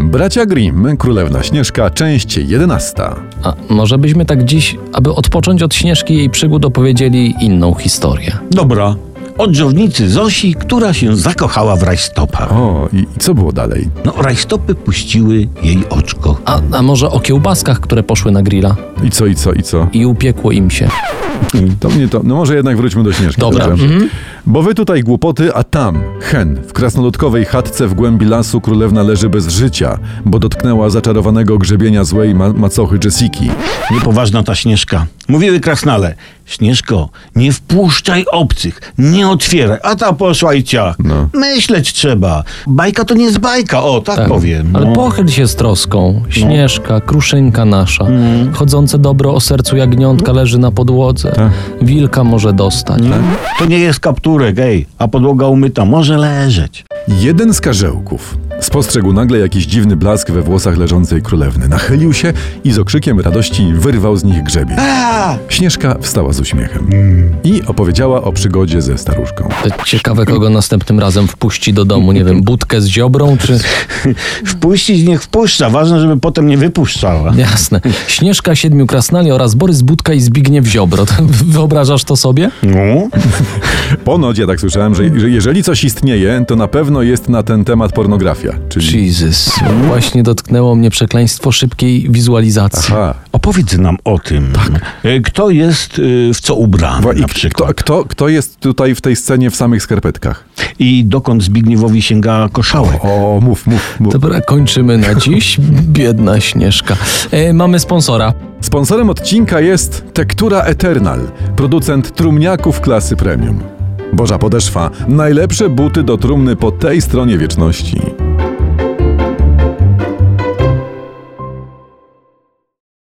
Bracia Grimm, Królewna Śnieżka, część 11. A może byśmy tak dziś, aby odpocząć od Śnieżki i jej przygód, opowiedzieli inną historię. Dobra. Od żownicy Zosi, która się zakochała w rajstopach. O, i i co było dalej? No, rajstopy puściły jej oczko. A, a może o kiełbaskach, które poszły na grilla I co, i co, i co? i upiekło im się. To mnie to. No może jednak wróćmy do Śnieżki. Dobra. Bo wy tutaj głupoty, a tam, hen, w krasnoludkowej chatce w głębi lasu królewna leży bez życia, bo dotknęła zaczarowanego grzebienia złej ma- macochy Jessiki. Niepoważna ta Śnieżka. Mówiły krasnale, Śnieżko, nie wpuszczaj obcych, nie otwieraj. A ta poszła i ciach. No. Myśleć trzeba. Bajka to nie jest bajka, o, tak, powiem. Ale no. pochyl się z troską. Śnieżka, kruszynka nasza. Chodzące dobro o sercu jagniątka leży na podłodze. Wilka może dostać. To nie jest kapturek, ej, a podłoga umyta, może leżeć. Jeden z karzełków spostrzegł nagle jakiś dziwny blask we włosach leżącej królewny. Nachylił się i z okrzykiem radości wyrwał z nich grzebień. A! Śnieżka wstała z uśmiechem i opowiedziała o przygodzie ze staruszką. To Ciekawe, kogo następnym razem wpuści do domu. Nie wiem, budkę z ziobrą czy... Wpuścić niech wpuszcza, ważne, żeby potem nie wypuszczała. Jasne. Śnieżka, Siedmiu Krasnali oraz Borys Budka i Zbigniew Ziobro. To Wyobrażasz to sobie? No. Ponoć ja tak słyszałem, że, że jeżeli coś istnieje, to na pewno jest na ten temat pornografia. Czyli. Jesus. Właśnie dotknęło mnie przekleństwo szybkiej wizualizacji. A, Opowiedz nam o tym. E, Kto jest y, w co ubrany Bo Tak. i na k- przykład? kto, kto, kto jest tutaj w tej scenie w samych skarpetkach? I dokąd Zbigniewowi sięga koszałek? O, mów, mów, mów. Dobra, kończymy na dziś. Biedna Śnieżka. E, mamy sponsora. Sponsorem odcinka jest Tektura Eternal, producent trumniaków klasy premium. Boża podeszwa, najlepsze buty do trumny po tej stronie wieczności.